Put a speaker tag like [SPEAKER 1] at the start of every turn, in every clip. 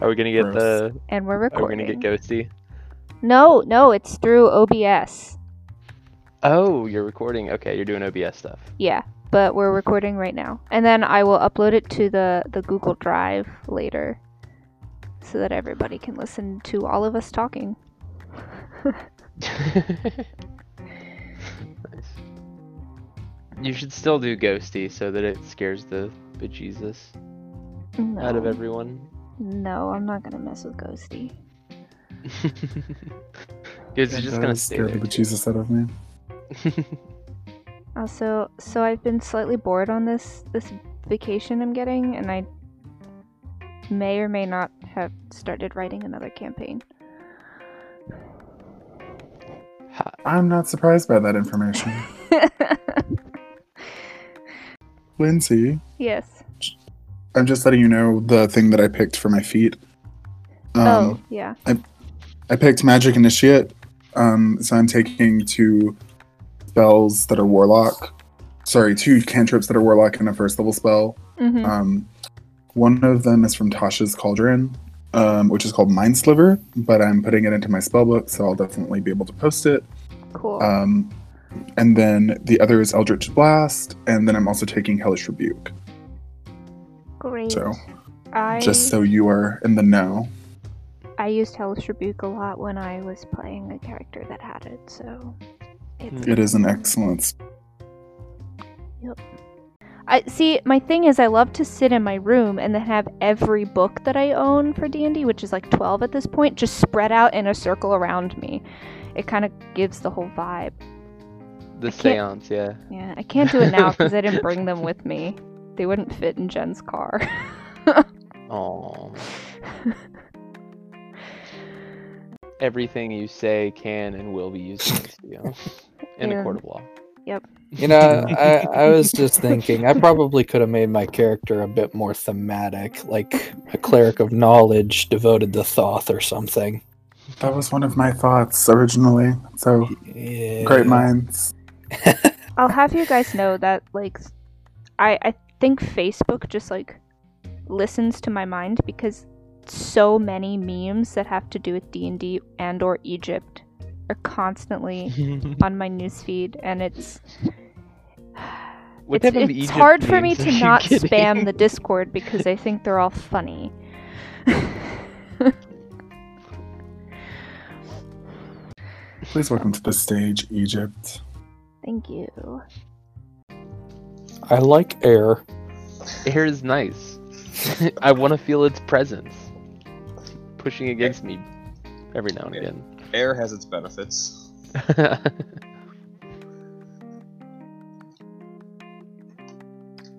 [SPEAKER 1] Are we gonna get
[SPEAKER 2] Gross.
[SPEAKER 1] the?
[SPEAKER 3] and we're
[SPEAKER 1] Are we
[SPEAKER 3] recording.
[SPEAKER 1] gonna get Ghosty?
[SPEAKER 3] no, no, it's through OBS.
[SPEAKER 1] Oh, you're recording. Okay, you're doing OBS stuff.
[SPEAKER 3] Yeah, but we're recording right now, and then I will upload it to the the Google Drive later, so that everybody can listen to all of us talking.
[SPEAKER 1] nice. You should still do Ghosty so that it scares the bejesus
[SPEAKER 3] No,
[SPEAKER 1] out of everyone.
[SPEAKER 3] no, I'm not gonna mess with Ghosty.
[SPEAKER 1] Because it's just gonna
[SPEAKER 2] Does
[SPEAKER 1] stay
[SPEAKER 2] scare
[SPEAKER 1] there.
[SPEAKER 2] the Jesus out of me.
[SPEAKER 3] Also, so I've been slightly bored on this this vacation I'm getting, and I may or may not have started writing another campaign.
[SPEAKER 1] Ha-
[SPEAKER 2] I'm not surprised by that information. Lindsay,
[SPEAKER 3] yes.
[SPEAKER 2] I'm just letting you know the thing that I picked for my feet. Um,
[SPEAKER 3] oh, yeah.
[SPEAKER 2] I picked Magic Initiate, um, so I'm taking two spells that are Warlock. Sorry, two cantrips that are Warlock and a first level spell.
[SPEAKER 3] hmm
[SPEAKER 2] Um, one of them is from Tasha's Cauldron, um, which is called Mind Sliver, but I'm putting it into my spellbook, so I'll definitely be able to post it.
[SPEAKER 3] cool.
[SPEAKER 2] Um, and then the other is Eldritch Blast, and then I'm also taking Hellish Rebuke.
[SPEAKER 3] Great.
[SPEAKER 2] So,
[SPEAKER 3] I
[SPEAKER 2] just so you are in the know.
[SPEAKER 3] I used Hellish Rebuke a lot when I was playing a character that had it, so it's
[SPEAKER 2] It is an excellence.
[SPEAKER 3] I see. My thing is, I love to sit in my room and then have every book that I own for D and D, which is like twelve at this point, just spread out in a circle around me. It kind of gives the whole vibe.
[SPEAKER 1] the seance, yeah.
[SPEAKER 3] Yeah, I can't do it now because I didn't bring them with me. They wouldn't fit in Jen's car.
[SPEAKER 1] Aww. Everything you say can and will be used against you in
[SPEAKER 3] Yeah.
[SPEAKER 1] a court of law.
[SPEAKER 4] You know, I, I was just thinking I probably could have made my character a bit more thematic, like a cleric of knowledge devoted to Thoth or something.
[SPEAKER 2] That was one of my thoughts originally. So,
[SPEAKER 4] Yeah.
[SPEAKER 2] great minds.
[SPEAKER 3] I'll have you guys know that like s- I I think Facebook just like listens to my mind because so many memes that have to do with D&D and or Egypt are constantly on my newsfeed and it's
[SPEAKER 1] What
[SPEAKER 3] it's,
[SPEAKER 1] type of
[SPEAKER 3] it's
[SPEAKER 1] Egypt
[SPEAKER 3] hard for me
[SPEAKER 1] memes are
[SPEAKER 3] to
[SPEAKER 1] you
[SPEAKER 3] not
[SPEAKER 1] getting?
[SPEAKER 3] spam the Discord because I think they're all funny.
[SPEAKER 2] Please welcome to the stage, Egypt.
[SPEAKER 3] Thank you.
[SPEAKER 4] I like air.
[SPEAKER 1] Air is nice. I want to feel its presence pushing against me every now and again.
[SPEAKER 5] Air has its benefits.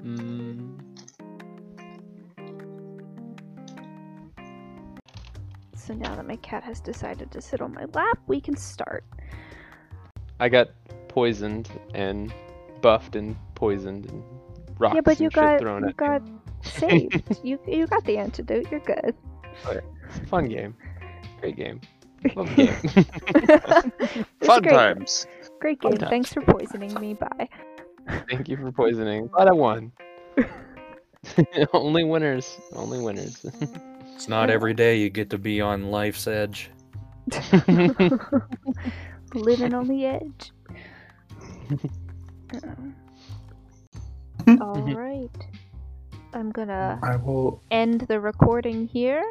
[SPEAKER 1] Mm,
[SPEAKER 3] So now that my cat has decided to sit on my lap, we can start.
[SPEAKER 1] I got poisoned and buffed and poisoned and rocks
[SPEAKER 3] yeah,
[SPEAKER 1] and
[SPEAKER 3] but you
[SPEAKER 1] shit
[SPEAKER 3] got
[SPEAKER 1] thrown
[SPEAKER 3] you
[SPEAKER 1] at
[SPEAKER 3] got saved. you you got the antidote. You're good.
[SPEAKER 1] me. It's a Fun game. Great game. Love the game.
[SPEAKER 3] It's
[SPEAKER 5] Fun
[SPEAKER 3] great.
[SPEAKER 5] times.
[SPEAKER 3] Great
[SPEAKER 1] Fun
[SPEAKER 3] game.
[SPEAKER 1] times.
[SPEAKER 3] Thanks for poisoning me. Bye.
[SPEAKER 1] Thank you for poisoning. Glad I won. Only winners. Only winners.
[SPEAKER 6] It's not every day you get to be on life's edge.
[SPEAKER 3] Living on the edge. All right. I'm gonna
[SPEAKER 2] I will
[SPEAKER 3] end the recording here.